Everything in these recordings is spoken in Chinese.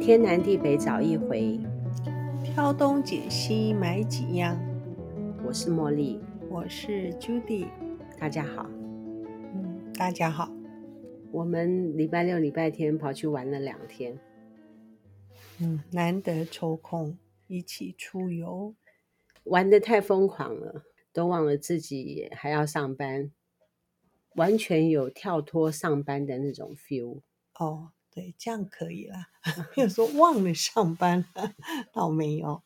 天南地北找一回。挑东拣西买几样。我是茉莉，我是 Judy，大家好。嗯，大家好。我们礼拜六、礼拜天跑去玩了两天，嗯，难得抽空一起出游。玩的太疯狂了，都忘了自己还要上班，完全有跳脱上班的那种 feel。哦，对，这样可以啦。没有 说忘了上班了， 倒没有。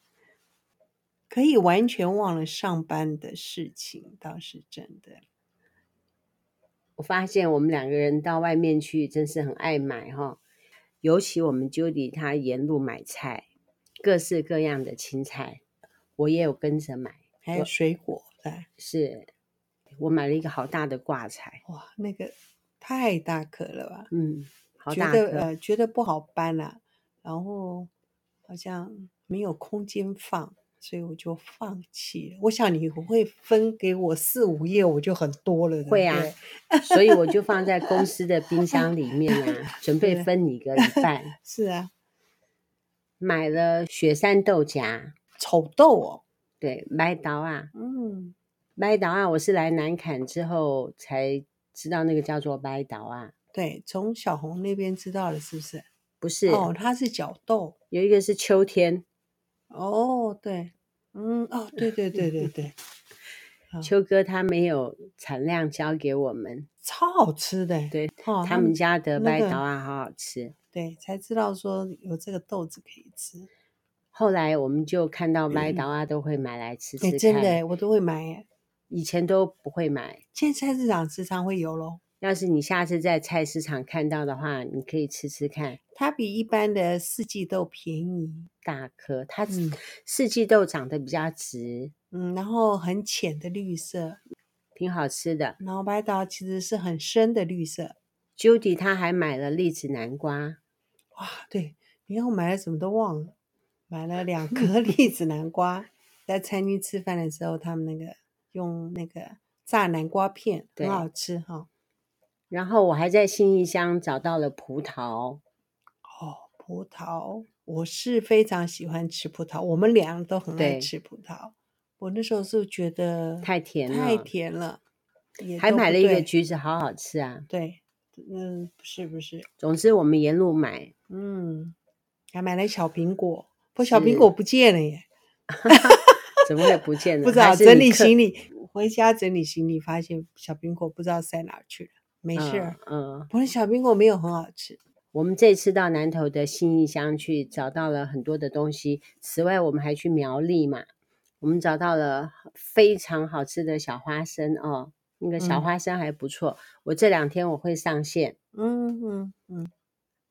可以完全忘了上班的事情，倒是真的。我发现我们两个人到外面去，真是很爱买哈、尤其我们 Judy 她沿路买菜，各式各样的青菜，我也有跟着买。还有水果，对，是我买了一个好大的挂菜，哇，那个太大颗了吧？嗯，好觉大得颗，呃觉得不好搬啊，然后好像没有空间放，所以我就放弃了。我想你会分给我四五页，我就很多了。对不会啊对 所以我就放在公司的冰箱里面啊，准备是分你一个一半。是啊，买了雪山豆荚，丑豆哦，对，麦刀啊，嗯，麦刀啊，我是来南坎之后才知道那个叫做麦刀啊，对，从小红那边知道了，是不是？不是、哦，它是角豆。有一个是秋天，哦，对，嗯，哦，对对对对对，嗯秋哥他没有产量交给我们，超好吃的。对哦，他们家的那麦个刀啊好好吃。对才知道说有这个豆子可以吃。后来我们就看到麦刀啊都会买来吃吃对，看，真的，我都会买耶。以前都不会买。现在菜市场时常会有咯，要是你下次在菜市场看到的话，你可以吃吃看，它比一般的四季豆便宜，大颗，它嗯四季豆长得比较直，嗯，然后很浅的绿色，挺好吃的。然后白桃其实是很深的绿色。 Judy 她还买了栗子南瓜，哇，对，你看我买了什么都忘了，买 了两颗栗子南瓜，在餐厅吃饭的时候，他们那个用那个炸南瓜片，对很好吃哈、然后我还在信义乡找到了葡萄，哦，葡萄，我是非常喜欢吃葡萄，我们俩都很爱对吃葡萄。我那时候是觉得太甜了，太甜了，也还都买不了一个对橘子，好好吃啊。对，嗯，不是不是，总之我们沿路买，嗯，还买了小苹果，不过小苹是果不见了耶，怎么会不见 呢？不知道还是整你理克行李，回家整理行李，发现小苹果不知道塞哪儿去了，没事儿，嗯。嗯，我的小苹果没有很好吃，我们这次到南投的信义乡去找到了很多的东西，此外我们还去苗栗嘛，我们找到了非常好吃的小花生哦，那个小嗯花生还不错。我这两天我会上线，嗯嗯嗯，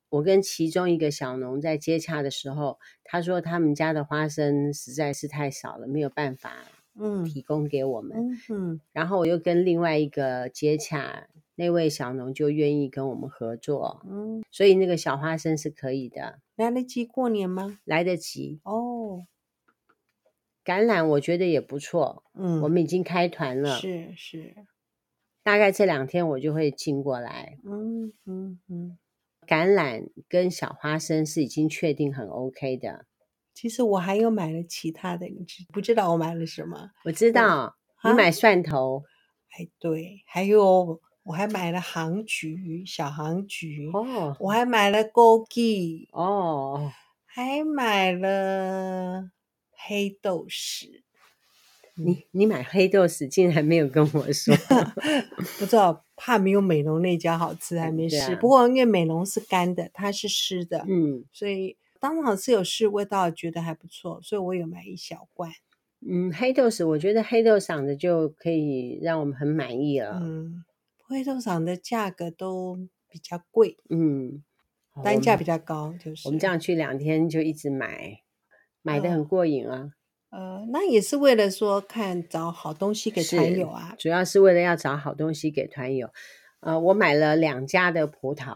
我跟其中一个小农在接洽的时候，他说他们家的花生实在是太少了，没有办法嗯提供给我们。嗯嗯，然后我又跟另外一个接洽，那位小农就愿意跟我们合作，嗯，所以那个小花生是可以的，来得及过年吗？来得及。哦，橄榄我觉得也不错，嗯，我们已经开团了，是是，大概这两天我就会进过来。嗯嗯嗯。橄榄跟小花生是已经确定很 OK 的，其实我还有买了其他的，你知不知道我买了什么？我知道你啊买蒜头哎，对，还有我还买了杭菊，小杭菊，哦，我还买了枸杞， 哦，还买了黑豆豉。嗯你你买黑豆豉竟然没有跟我 说，不知道怕没有美容那家好吃，还嗯没对试。啊不过因为美容是干的，它是湿的，嗯所以当场是有试味道，觉得还不错，所以我有买一小罐。嗯，黑豆豉，我觉得黑豆嗓子就可以让我们很满意了，嗯，黑豆厂的价格都比较贵，嗯，好单价比我们较高，就是我们这样去两天就一直买，买嗯的很过瘾啊，呃，那也是为了说看找好东西给团是友啊。主要是为了要找好东西给团友，呃，我买了两家的葡萄，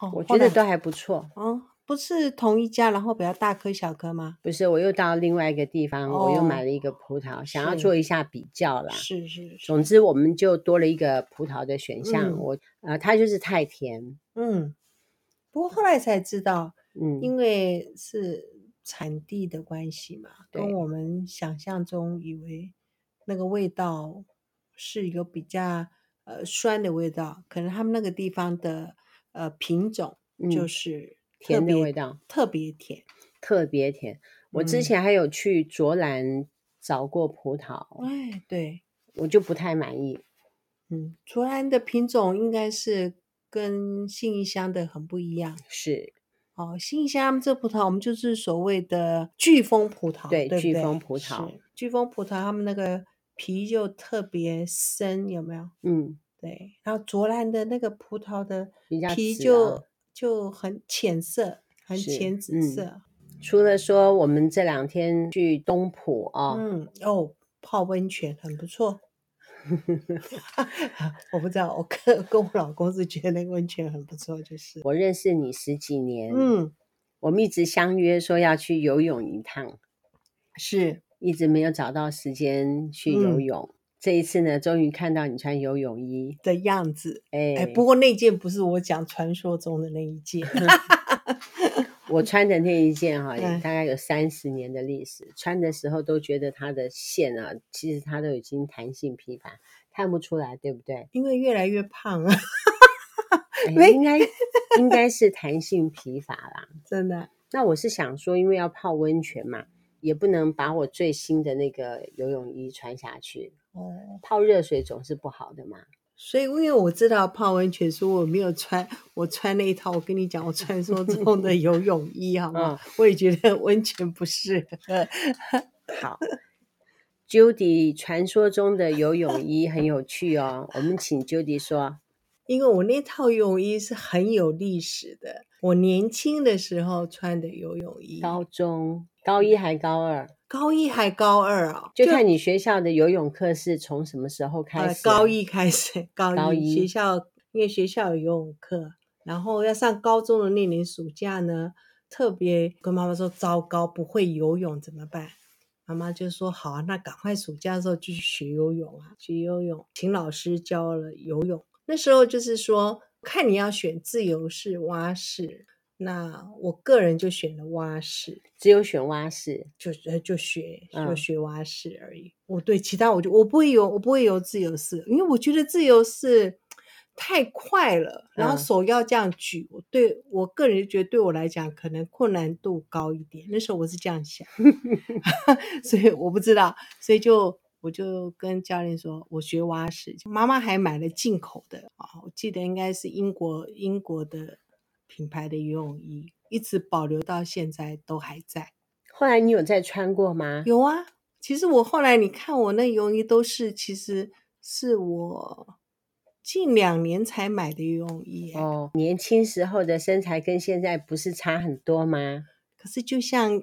哦我后觉得来都还不错。哦，不是同一家，然后比较大颗小颗吗？不是，我又到另外一个地方，我又买哦了一个葡萄，想要是做一下比较啦。是是是，总之，我们就多了一个葡萄的选项。嗯我呃，它就是太甜，嗯。不过后来才知道，嗯，因为是产地的关系嘛，跟对我们想象中以为那个味道是一个比较呃酸的味道，可能他们那个地方的呃品种就嗯是特甜的别味道特别甜。特别甜。我之嗯前还有去卓兰找过葡萄，哎，对，我就不太满意。嗯，竹兰的品种应该是跟信义乡的很不一样。是哦，新义乡这葡萄，我们就是所谓的飓风葡萄，对对不飓对风葡萄是，飓风葡萄他们那个皮就特别深，有没有？嗯，对，然后卓兰的那个葡萄的比较皮紫啊就、就很浅色，很是浅紫嗯色。除了说我们这两天去东浦啊、嗯哦，泡温泉很不 错。 我不知道，我跟跟我老公是觉得那个温泉很不错，就是我认识你十几年，，嗯我们一直相约说要去游泳一趟，是一直没有找到时间去游嗯泳。这一次呢，终于看到你穿游泳衣，的样子。哎、哎，不过那件不是我讲传说中的那一件， 我穿的那一件哈、也哎大概有三十年的历史，穿的时候都觉得它的线啊，其实它都已经弹性疲乏，看不出来，对不 对？因为越来越胖啊，哎没应该应该是弹性疲乏啦。 真的。那我是想说，因为要泡温泉嘛，也不能把我最新的那个游泳衣穿下去，哦，泡热水总是不好的嘛。所以因为我知道泡温泉，所以我没有穿，我穿那一套，我跟你讲，我传说中的游泳衣，好吗？嗯我也觉得温泉不适合。好，Judy 传说中的游泳衣很有趣哦，我们请 Judy 说。因为我那套泳衣是很有历史的，我年轻的时候穿的游泳衣，高中高一还高二，高一还高二啊、就看你学校的游泳课是从什么时候开呃，始啊、高一开始， 高一高一学校因为学校有游泳课，然后要上高中的那年暑假呢，特别跟妈妈说糟糕，不会游泳怎么办？妈妈就说好啊，那赶快暑假的时候就去学游泳啊，学游泳，请老师教了游泳。那时候就是说，看你要选自由式、蛙式。那我个人就选了蛙式，只有选蛙式，就呃就学就嗯学蛙式而已。我对其他我就我不会游，我不会游自由式，因为我觉得自由式太快了，然后嗯手要这样举，我对我个人觉得对我来讲可能困难度高一点。那时候我是这样 想，所以我不知道，所以就。我就跟教练说，我学蛙式，妈妈还买了进口的啊，我记得应该是英国英国的品牌的游泳衣，一直保留到现在都还在。后来你有再穿过吗？有啊，其实我后来你看我那游泳衣都是，其实是我近两年才买的游泳衣、欸。哦，年轻时候的身材跟现在不是差很多吗？可是就像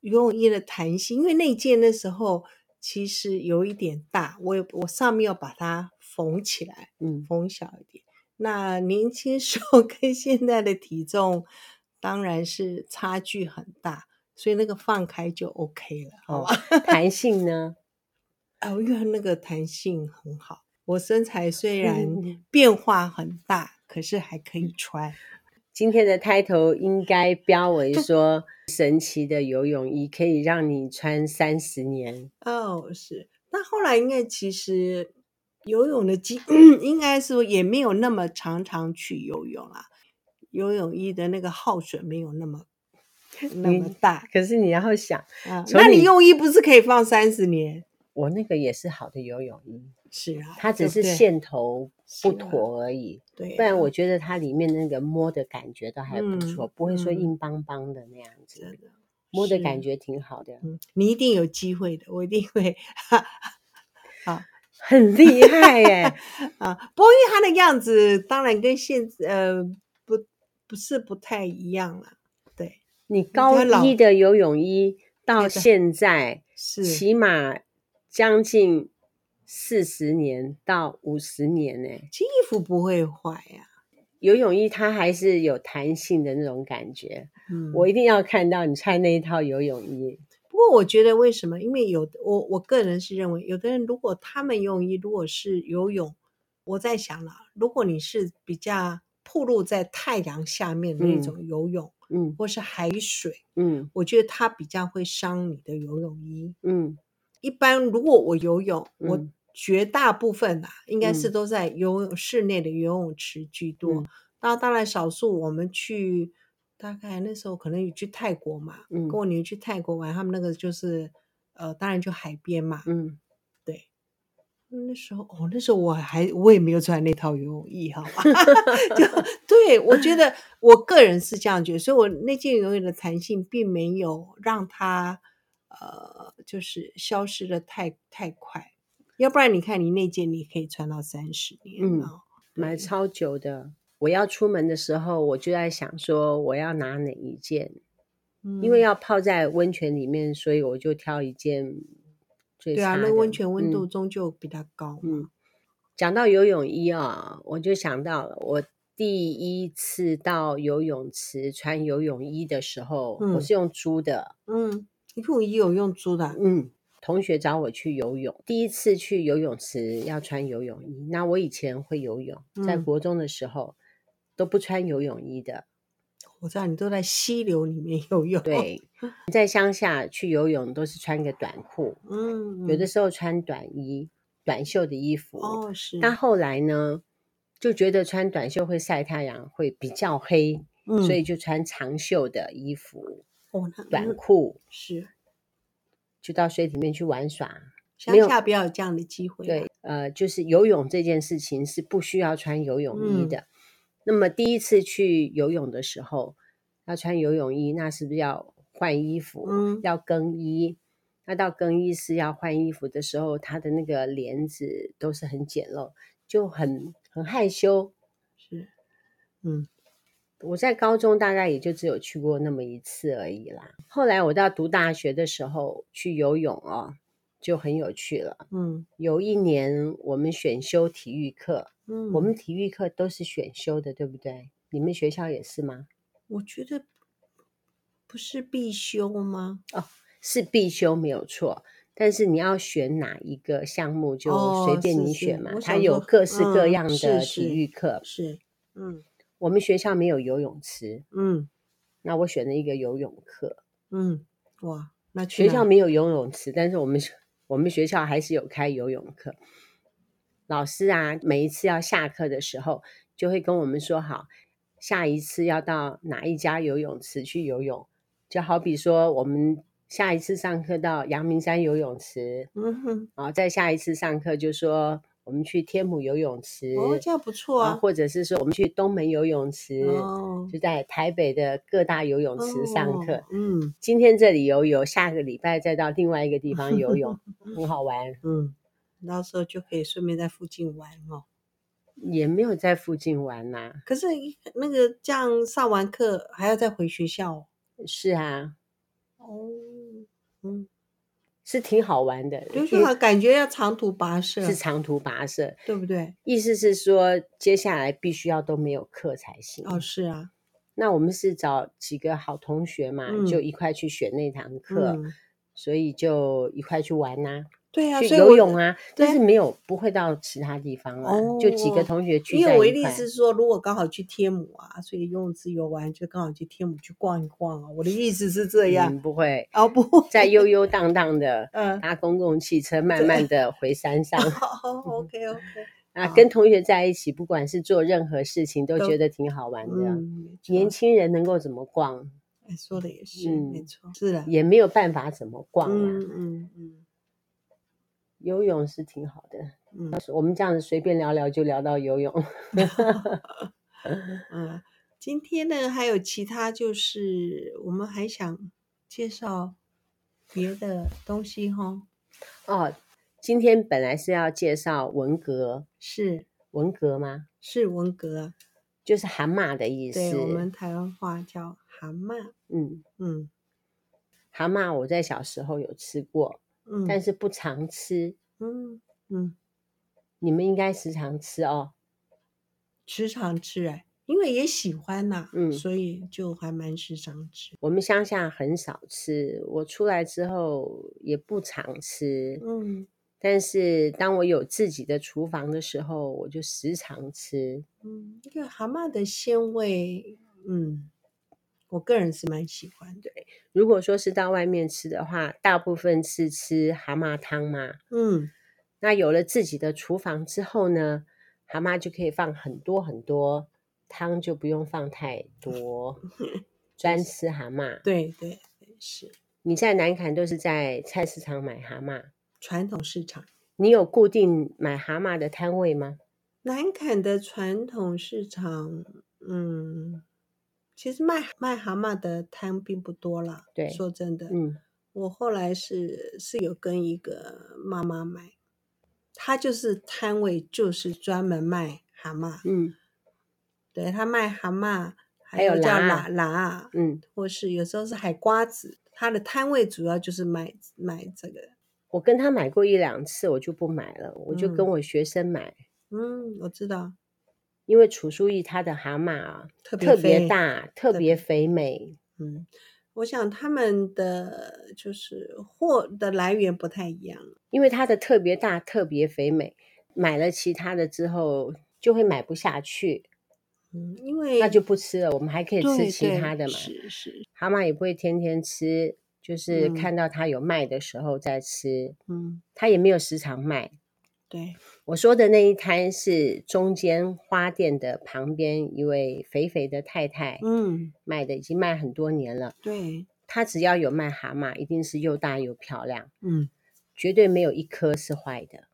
游泳衣的弹性，因为那件那时候其实有一点大，我有我上面要把它缝起来，嗯，缝小一点。那年轻时候 跟现在的体重当然是差距很大，所以那个放开就 OK 了，好啊哦 吧？，弹性 呢？啊，因为那个弹性很好。我身材虽然嗯变化很大，可是还可以穿。今天的 title 应该标为说“神奇的游泳衣可以让你穿三十年哦，是。那后来应该其实游泳的机， 应该说也没有那么常常去游泳啦。游泳衣的那个耗损没有 那么那么你大”，可是你要想，啊。从那你你用衣不是可以放三十年？我那个也是好的游泳衣，是啊，它只对不是对线头不是啊妥而已。对啊，不然我觉得它里面那个摸的感觉都还不错，嗯不会说嗯硬邦邦的那样真子，的摸的感是觉挺好的，嗯，你一定有机会的，我一定会。 很厉害耶、 啊，不过因为他的样子当然跟现呃不不是不太一样了，对，你高老一的游泳衣到现在，是起码将近四十年到五十年呢、其实衣服不会坏呀、游泳衣它还是有弹性的那种感觉，嗯，我一定要看到你穿那一套游泳衣。不过我觉得为什么？因为有的我我个人是认为，有的人如果他们泳衣如果是游泳，我在想了，如果你是比较暴露在太阳下面的那种游泳，嗯或是海水，嗯我觉得它比较会伤你的游泳衣。嗯一般如果我游泳，我嗯绝大部分啊，应该是嗯都在游泳室内的游泳池居多嗯。那、当然，少数我们去，大概那时候可能有去泰国嘛，嗯跟我女儿去泰国玩，他们那个就是，呃，当然就海边嘛。嗯，对，那时候哦，那时候我还我也没有穿那套游泳衣，好吧？ 就对我觉得我个人是这样觉得，所以我那件游泳的弹性并没有让它呃，就是消失的太太快。要不然你看，你那件你可以穿到三十年嗯哦。买超久的。我要出门的时候，我就在想说我要拿哪一件，因为嗯要泡在温泉里面，所以我就挑一件最对啊，差那的温泉温嗯度终究比较高嘛。嗯，讲到游泳衣啊、我就想到了我第一次到游泳池穿游泳衣的时候，我嗯是用租的。嗯，游泳衣有用租的啊，嗯，同学找我去游泳，第一次去游泳池要穿游泳衣。那我以前会游泳，在嗯国中的时候都不穿游泳衣的。我知道你都在溪流里面游泳。，对，在乡下去游泳都是穿个短裤，嗯，有的嗯时候穿短衣、短袖的衣服。哦是，但后来呢，就觉得穿短袖会晒太阳，会比较黑，嗯所以就穿长袖的衣服、哦那短嗯裤，是就到水里面去玩耍。乡有下不要有这样的机会、啊。对，，呃，就是游泳这件事情是不需要穿游泳衣嗯的。那么第一次去游泳的时候，要穿游泳衣，那是不是要换衣服，嗯要更衣？那到更衣室要换衣服的时候，它的那个帘子都是很简陋，就很很害羞。是，嗯我在高中大概也就只有去过那么一次而已啦。后来我到读大学的时候去游泳哦，就很有趣了。嗯有一年我们选修体育课，嗯，我们体育课都是选修的，对不对？你们学校也是吗？我觉得不是必修吗？是必修没有错，但是你要选哪一个项目就哦随便是你是选嘛。我它想有说各式各嗯样的是是体育课。是，嗯我们学校没有游泳池，嗯那我选了一个游泳课。嗯，哇，那去学哪校没有游泳池，但是我们学我们学校还是有开游泳课。老师啊，每一次要下课的时候，就会跟我们说好，下一次要到哪一家游泳池去游泳。就好比说，我们下一次上课到阳明山游泳池，嗯哼，啊，再下一次上课就说我们去天母游泳池，哦，这样不错啊，啊，或者是说我们去东门游泳池，哦就在台北的各大游泳池上课。哦嗯今天这里游泳，下个礼拜再到另外一个地方游 泳，很好玩。嗯，到时候就可以顺便在附近玩哦。也没有在附近玩呐、可是那个这样上完课还要再回学校哦。是啊，哦嗯，是挺好玩的。留因学好感觉要长途跋涉，是长途跋涉，对不对？意思是说接下来必须要都没有课才行。哦，是啊，那我们是找几个好同学嘛，嗯就一块去选那堂课，嗯，所以就一块去玩呐、对啊，去所以我游泳啊，对但是没有不会到其他地方啦，就几个哦同学聚因在为我的一意块。思是说，如果刚好去天母啊，所以游泳池游完就刚好去天母去逛一逛啊。我的意思是这样，嗯，不会哦不，在悠悠荡荡的嗯、 搭公共汽车，慢慢的回山 上哦，OK 嗯 OK，啊，好跟同学在一起，不管是做任何事情，都都觉得挺好玩的。嗯，没年错，轻人能够怎么逛，哎说的也是，嗯没错，是的，也没有办法怎么逛啊。嗯嗯嗯游泳是挺好的，嗯要是我们这样子随便聊聊就聊到游泳。 嗯。今天呢，还有其他就是我们还想介绍别的东西哈，哦，今天本来是要介绍文革，是文革吗？是文革啊，就是蛤蟆的意思。对我们台湾话叫蛤蟆，嗯，嗯蛤蟆我在小时候有吃过，嗯，但是不常吃。嗯嗯，你们应该时常吃哦。时常吃哎，因为也喜欢呐、嗯所以就还蛮时常吃。我们乡下很少吃，我出来之后也不常吃。嗯但是当我有自己的厨房的时候，我就时常吃。嗯，那个蛤蟆的鲜味，嗯，我个人是蛮喜欢的。如果说是到外面吃的话，大部分是吃蛤蟆汤嘛。嗯，那有了自己的厨房之后呢，蛤蟆就可以放很多很多，汤就不用放太 多，专吃蛤蟆。对对对，是你在南坎都是在菜市场买蛤蟆，传统市场。你有固定买蛤蟆的摊位吗？南坎的传统市场，嗯，其实卖卖蛤蟆的摊并不多啦。对说真的，嗯，我后来是是有跟一个妈妈买，她就是摊位就是专门卖蛤蟆，嗯对她卖蛤蟆，还还有叫蛤喇喇，嗯，或是有时候是海瓜子。她的摊位主要就是卖卖这个。我跟他买过一两次，我就不买了，我就跟嗯我学生买，嗯，我知道，因为楚书义他的蛤蟆啊特别特别肥大，特特别别肥美，嗯，我想他们的就是货的来源不太一样。因为它的特别大，特别肥美，买了其他的之后就会买不下去，嗯，因为那就不吃了。我们还可以吃对其对他的嘛，是是，蛤蟆也不会天天吃，就是嗯看到它有卖的时候再吃，嗯，它也没有时常卖。对，我说的那一摊是中间花店的旁边一位肥肥的太太嗯，卖的，已经卖很多年了。对，她只要有卖蛤蟆，一定是又大又漂亮，嗯绝对没有一颗是坏的，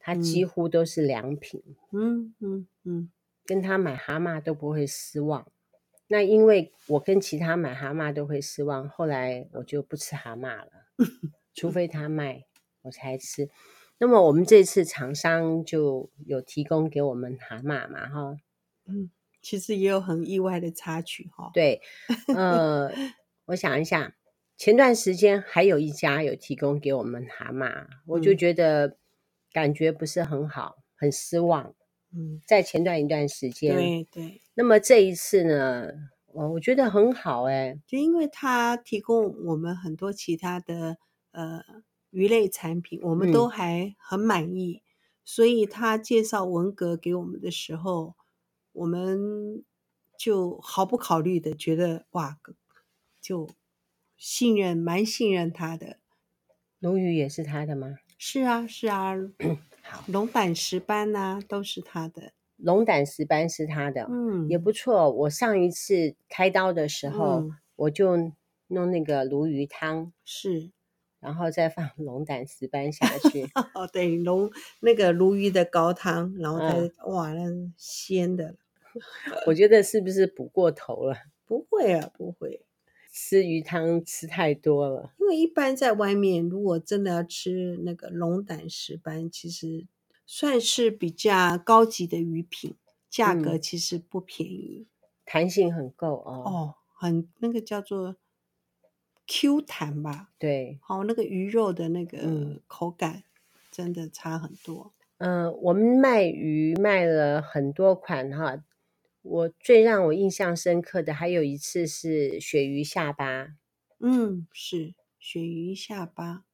它嗯几乎都是良品。嗯嗯嗯跟他买蛤蟆都不会失望。那因为我跟其他买蛤蟆都会失望，后来我就不吃蛤蟆了，除非他卖我才吃。那么我们这次厂商就有提供给我们蛤蟆嘛，哈，嗯，其实也有很意外的插曲哈、，对，呃，我想一下，前段时间还有一家有提供给我们蛤蟆，我就嗯觉得感觉不是很好，很失望。嗯，在前段一段时间，对对，那么这一次呢，哦我我觉得很好哎、就因为它提供我们很多其他的呃鱼类产品，我们嗯都还很满意，所以他介绍文革给我们的时候，我们就毫不考虑的觉得哇，就信任蛮信任他的。鲈鱼也是他的吗？是啊，是啊，龙胆石斑呐、都是他的。龙胆石斑是他的，嗯，也不错。我上一次开刀的时候，嗯我就弄那个鲈鱼汤，是然后再放 龙胆石斑下去， 哦，对，龙那个鲈鱼的高汤，然后它、嗯哇，那鲜的，我觉得是不是补过头了？不会啊，不会，吃鱼汤吃太多了，因为一般在外面，如果真的要吃那个龙胆石斑，其实算是比较高级的鱼品，价格嗯其实不便宜、弹性很够哦。哦，很那个叫做 Q 弹吧，对，好、那个鱼肉的那嗯个口感真的差很多。嗯、我们卖鱼卖了很多款哈。我最让我印象深刻的还有一次是鳕鱼下巴，嗯，是鳕鱼下巴，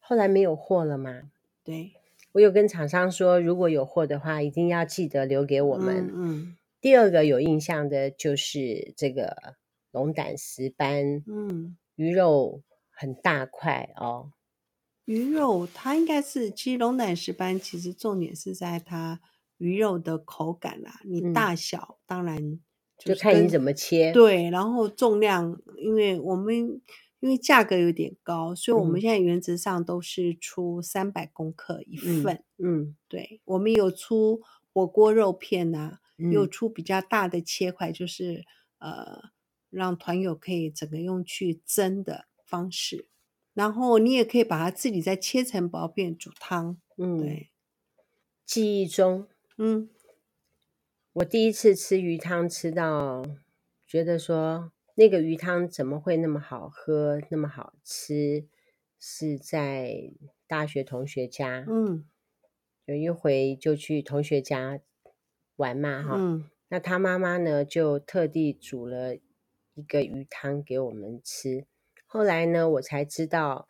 后来没有货了嘛。对，我有跟厂商说，如果有货的话，一定要记得留给我们。嗯第二个有印象的就是这个龙胆石斑，嗯嗯，鱼肉很大块哦，鱼肉它应该是，其实龙胆石斑其实重点是在它鱼肉的口感啦、嗯你大小、当然就是看你跟怎么切。对，然后重量，因为我们因为价格有点高，所以我嗯们现在原则上都是出三百公克一嗯份，嗯对我们有出火锅肉片啊呐、嗯，又出比较大的切块，就是呃，让团友可以整个用去蒸的方式。然后你也可以把它自己再切成薄片煮汤。嗯，对，记忆中嗯我第一次吃鱼汤吃到，觉得说那个鱼汤怎么会那么好喝，那么好吃，是在大学同学家。嗯有一回就去同学家玩嘛，哈、嗯那他妈妈呢就特地煮了一个鱼汤给我们吃。后来呢，我才知道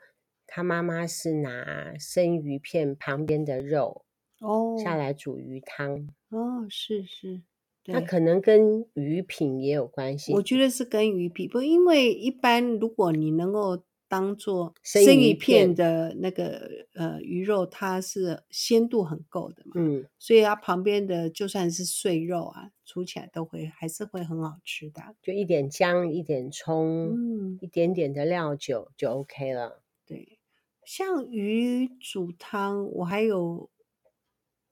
他妈妈是拿生鱼片旁边的肉哦下来煮鱼汤，哦，是是，那对可能跟鱼品也有关系我。觉得是跟鱼皮，不，因为一般如果你能够当做生生鱼鱼片片的那个呃鱼肉，它是鲜度很够的嘛，嗯，所以它旁边的就算是碎肉啊，煮起来都会还是会很好吃的啊。就一点姜，一点葱，嗯，一点点的料酒就 OK 了。对，像鱼煮汤，我还有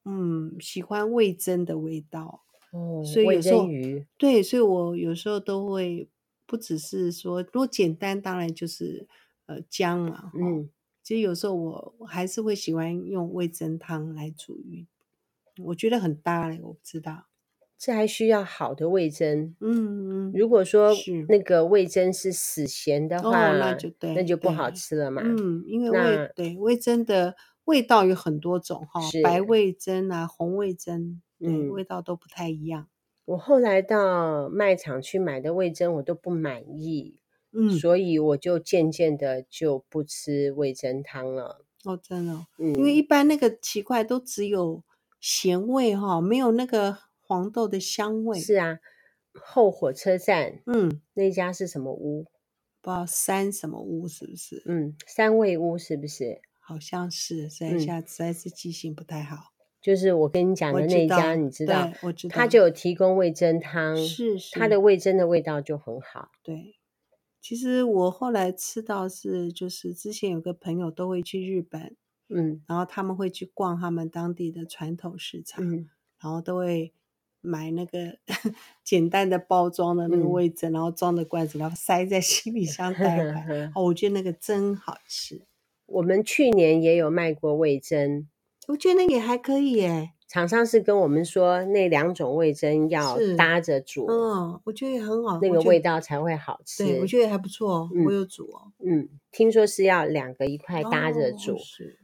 嗯喜欢味增的味道。哦所以味有时候噌鱼，对，所以我有时候都会不只是说，如果简单，当然就是呃姜嘛，嗯，嗯，其实有时候我我还是会喜欢用味噌汤来煮鱼，我觉得很搭嘞，我不知道，这还需要好的味噌。嗯嗯如果说是那个味噌是死咸的哦话，那就对那就不好对吃了嘛。嗯，因为那味对味噌的味道有很多种哈，白是味噌啊，红味噌，对，嗯味道都不太一样，我后来到卖场去买的味噌，我都不满意，嗯，所以我就渐渐的就不吃味噌汤了。哦，真的哦、嗯，因为一般那个奇怪都只有咸味哈、没有那个黄豆的香味。是啊，后火车站嗯，那家是什么屋？不知道三什么屋是不是？嗯，三味屋是不是？好像是，所嗯以下实在是记性不太好。就是我跟你讲我的知那道，家，你知道对，，我知道，它就有提供味噌汤，是是它的味噌的味道就很好。对。其实我后来吃到是，就是之前有个朋友都会去日本，嗯然后他们会去逛他们当地的传统市场，嗯，然后都会买那个 简单的包装的那个嗯。味噌，然后装的罐子，然后塞在行李箱带回来 哦，我觉得那个真好吃，我们去年也有卖过味噌，我觉得那个也还可以耶。厂商是跟我们说那两种味噌要是搭着煮，嗯，我觉得也很好，那我个觉味得。道才会好吃。对，我觉得也还不错哦，我嗯有煮哦，嗯，听说是要两个一块搭着哦煮。是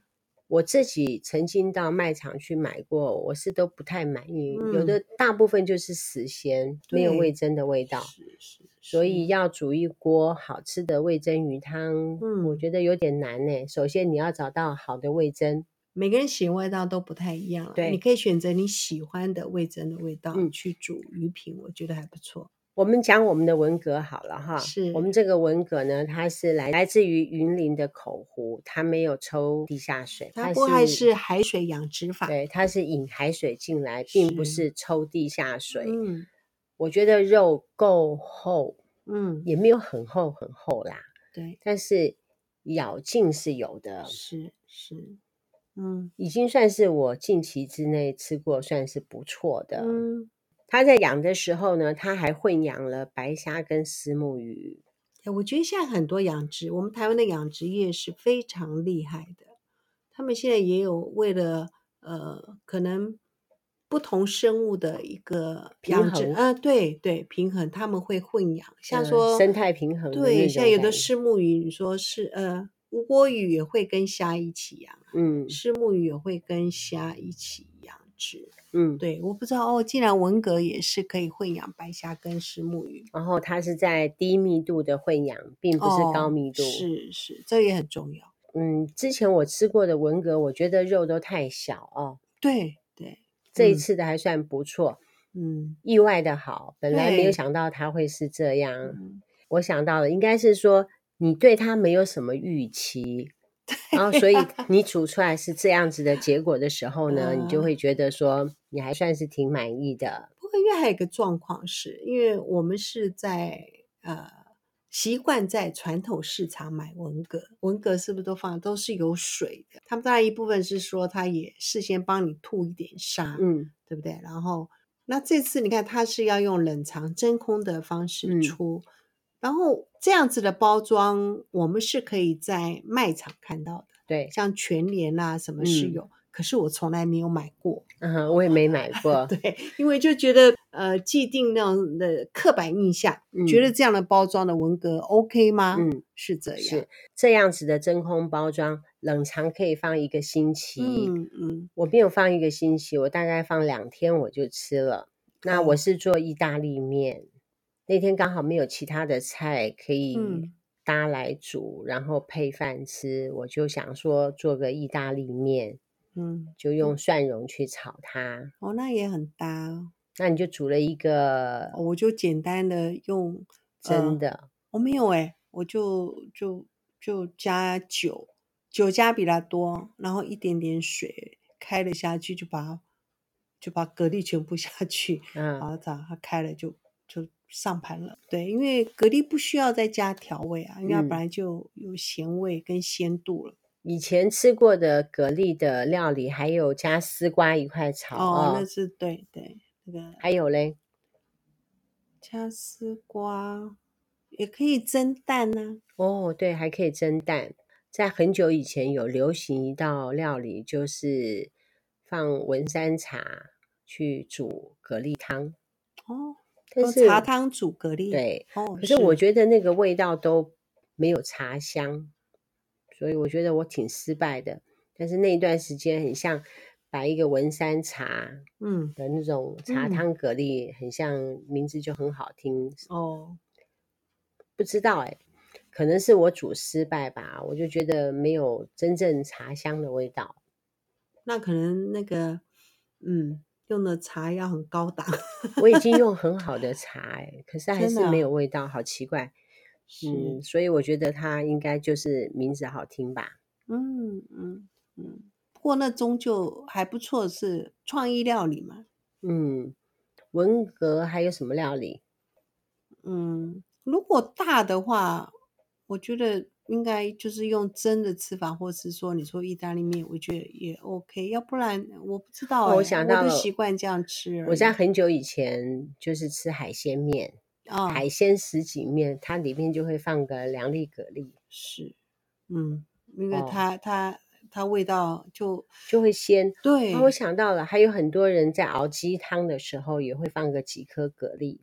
我自己曾经到卖场去买过，我是都不太满意，有嗯的大部分就是死咸，没有对味噌的味道。是是，所是以要煮一锅好吃的味噌鱼汤，我嗯觉得有点难呢、首先你要找到好的味噌，每个人喜欢味道都不太一样啦，对你可以选择你喜欢的味噌的味道嗯去煮鱼品，我觉得还不错。我们讲我们的文革好了哈，是我们这个文革呢，它是来来自于云林的口湖，它没有抽地下水，它不还是海水养殖法，对，它是引海水进来，并不是是抽地下水。嗯我觉得肉够厚，嗯，也没有很厚很厚啦，对，但是咬劲是有的，是是，嗯已经算是我近期之内吃过算是不错的。嗯，它在养的时候呢，它还混养了白虾跟石目鱼。哎我觉得现在很多养殖，我们台湾的养殖业是非常厉害的，他们现在也有为了呃，可能不同生物的一个平养殖衡啊、对对，平衡他们会混养，嗯像说、生态平衡的那对，现在种有的感石目鱼，你说是呃，吴郭鱼也会跟虾一起养，嗯石目鱼也会跟虾一起养殖，嗯，对，我不知道哦，竟然文革也是可以混养白虾跟石目鱼，然后它是在低密度的混养，并不是高哦密度。是是，这也很重要。嗯，之前我吃过的文蛤，我觉得肉都太小哦。对对，这一嗯次的还算不错，嗯意外的好。本来没有对想到它会是这样，嗯，我想到了，应该是说你对它没有什么预 期，然后所以你煮出来是这样子的结果的时候呢，你就嗯会觉得说你还算是挺满意的。不过因为还有一个状况是，因为我们是在呃习惯在传统市场买文蛤，文蛤是不是都放都是有水的？他们当然一部分是说它也事先帮你吐一点沙，嗯对不对？然后那这次你看，它是要用冷藏真空的方嗯式出，然后这样子的包装，我们是可以在卖场看到的，对，像全联啊什么是嗯有，可是我从来没有买过。嗯，我也没买过。 对，因为就觉得呃，既定那种的刻板印象，觉嗯得这样的包装的文革 OK 吗？嗯，是这样是。这样子的真空包装，冷藏可以放一个星期。嗯嗯，我没有放一个星期，我大概放两天我就吃了。那我哦是做意大利面，那天刚好没有其他的菜可以嗯沙来煮，然后配饭吃。我就想说做个意大利面，嗯，就用蒜蓉去炒它。哦，那也很搭哦。那你就煮了一个我就简单的用真的，的，我、没有哎、我就就就加酒，酒加比它多，然后一点点水开了下去，就把就把蛤蜊全部下去，然嗯后把它开了就就上盘了。对，因为蛤蜊不需要再加调味啊，因为它嗯本来就有咸味跟鲜度了。以前吃过的蛤蜊的料理，还有加丝瓜一块炒哦，哦那，是对对，那个还有嘞，加丝瓜也可以蒸蛋啊呢、哦，对，还可以蒸蛋。在很久以前有流行一道料理，就是放文山茶去煮蛤蜊汤，哦，但哦是茶汤煮蛤蜊。，对，哦，可是我觉得那个味道都没有茶香，所以我觉得我挺失败的。但是那一段时间很像把一个文山茶嗯，的那种茶嗯汤蛤蜊，很像名字就很好听，哦，不知道哎、可能是我煮失败吧，我就觉得没有真正茶香的味道。那可能那个，嗯，用的茶要很高档。 我已经用很好的茶哎、可是还真是的没啊有味道，好奇怪。嗯，所以我觉得它应该就是名字好听吧。嗯嗯嗯。不过那终究还不错，是创意料理嘛。嗯，文革还有什么料理？嗯，如果大的话，我觉得应该就是用蒸的吃法，或是说你说意大利面，我觉得也 OK。要不然我不知道、哦欸，我想到我了，就习惯这样吃而已。我在很久以前就是吃海鲜面，啊、海鲜什锦面，它里面就会放个两粒蛤蜊，是，嗯，因为哦它、它它味道就就会鲜。对哦，我想到了，还有很多人在熬鸡汤的时候也会放个几颗蛤蜊，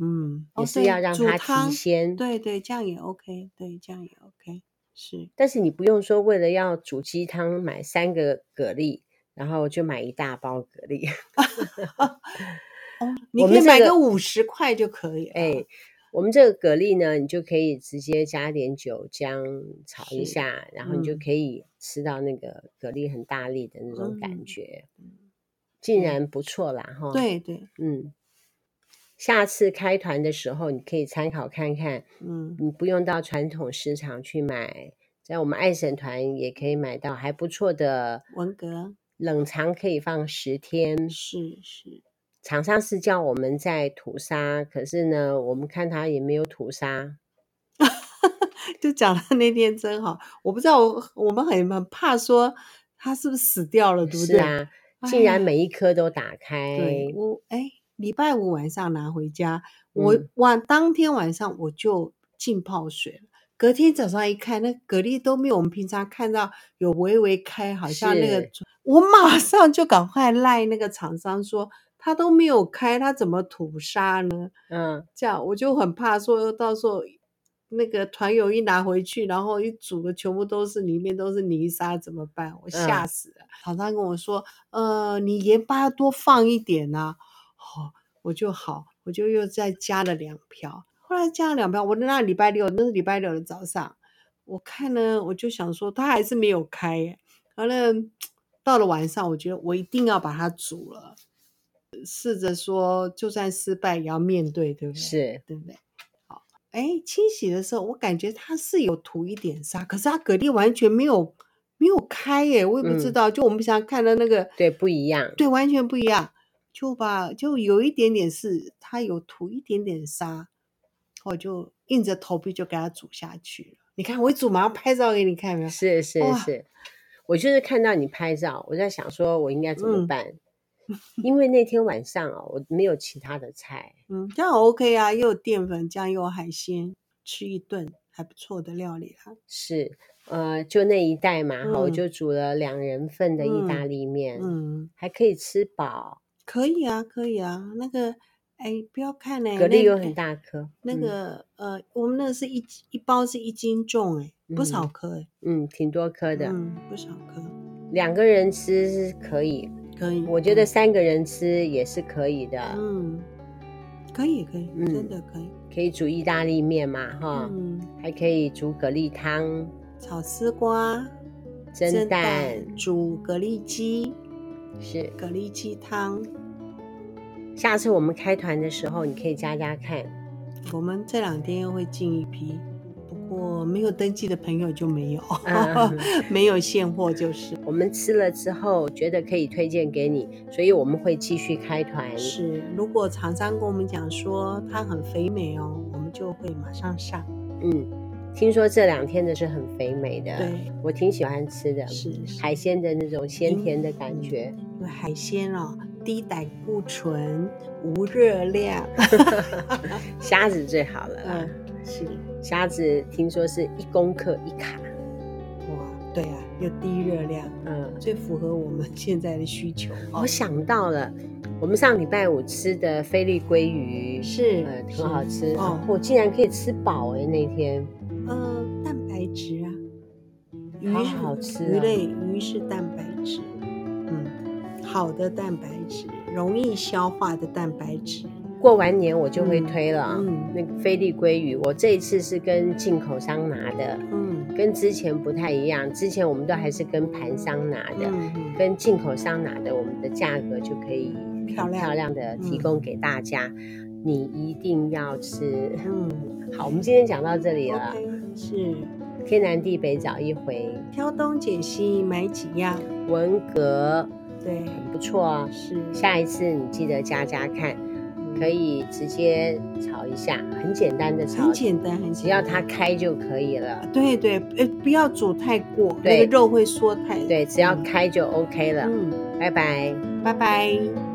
嗯，也哦是对要让煮它汤提鲜。对对，这样也 OK，对，这样也 OK，是，但是你不用说为了要煮鸡汤买三个蛤蜊，然后就买一大包蛤蜊。 哦，你我可们以这买个个五十块就可以了，哎，我们这个蛤蜊呢，你就可以直接加点酒姜炒一是下，然后你就嗯可以吃到那个蛤蜊很大力的那种感嗯觉，嗯竟嗯然不错啦哈。，对对，嗯，下次开团的时候你可以参考看看，嗯你不用到传统市场去买，在我们爱省团也可以买到还不错的文革冷藏，可以放十天。是是， 厂商是叫我们在吐沙，可是呢，我们看他也没有吐沙。就讲到那天真好，我不知道我我们很很怕说它是不是死掉了，对不是对？啊，竟然哎每一颗都打开，对我哎，礼拜五晚上拿回家，我嗯晚当天晚上我就浸泡水了。隔天早上一看，那蛤蜊都没有我们平常看到有微微开，好像那个是煮，我马上就赶快赖那个厂商说，它都没有开，它怎么吐沙呢？嗯，这样我就很怕说到时候那个团友一拿回去，然后一煮的全部都是里面都是泥沙，怎么办？我吓嗯死了。厂商跟我说，呃，你盐巴要多放一点呐、哦，我就好，我就又再加了两瓢。后来加了两瓢，我那礼拜六，那是礼拜六的早上，我看呢，我就想说它还是没有开耶。完了，到了晚上，我觉得我一定要把它煮了，试着说就算失败也要面对，对不对？是对不对？好，哎，清洗的时候我感觉它是有涂一点沙，可是它蛤蜊完全没有没有开耶，我也不知嗯道。就我们平常看的那个，对，不一样。对，完全不一样。就吧，就有一点点是它有涂一点点沙，我就硬着头皮就给它煮下去了。你看，我一煮马上拍照给你看，有没有？是是哇是，我就是看到你拍照，我在想说我应该怎么嗯办，因为那天晚上哦，我没有其他的菜，嗯，这样很 OK 啊，又有淀粉，这样又有海鲜，吃一顿还不错的料理啦、是呃，就那一带嘛，哈、我嗯就煮了两人份的意大利面，嗯，还可以吃饱，可以啊，可以啊。那个，哎，不要看呢、蛤蜊那有个很大颗，那嗯个、呃，我们那个是一斤一包是一斤重、哎，不少嗯颗、哎，嗯挺多颗的，嗯，不少颗，两个人吃是可以，可以。我觉得嗯三个人吃也是可以的，嗯，可以可以，真嗯啊的可以。可以煮意大利面嘛，哈，嗯，还可以煮蛤蜊汤、炒丝瓜、蒸蛋，煮蛤蜊鸡、是。蛤蜊鸡汤。下次我们开团的时候，你可以加加看。 我们这两天又会进一批，不过没有登记的朋友就没有，嗯没有现货就是我们吃了之后，觉得可以推荐给你，所以我们会继续开团。 是。如果厂商跟我们讲说它很肥美哦，我们就会马上上。嗯，听说这两天的是很肥美的，对，我挺喜欢吃的，是嗯是海鲜的那种鲜甜的感觉。因为海鲜哦，低胆固醇，无热 量。虾子最好了啦，嗯，是虾子听说是一公克一卡，哇，对啊，又低热量，嗯。最符合我们 现在的需求哦。我想到了，我们上礼拜五吃的菲力鲑鱼，是呃，挺好是吃。哦我竟然可以吃饱哎、那天呃，蛋白质啊，鱼好是好吃鱼哦类鱼是蛋白质，嗯，好的蛋白质，容易消化的蛋白质，过完年我就会推了。嗯那个菲力鲑鱼，我这一次是跟进口商拿的，嗯跟之前不太一样。之前我们都还是跟盘商拿的，嗯，跟进口商拿的，我们的价格就可以漂亮漂亮的提供给大家。你一定要吃。 嗯好，我们今天讲到这里了。 ，OK，是天南地北找一回，挑东拣西买几样，文革对，很不错啊。是嗯下一次你记得加加看，可以直接炒一下，很简单的炒，很简单，很只简要单。它开就可以了。对对，呃，不要煮太过，那对个肉会缩太。对，只要嗯开就 OK 了。嗯，拜拜。拜拜。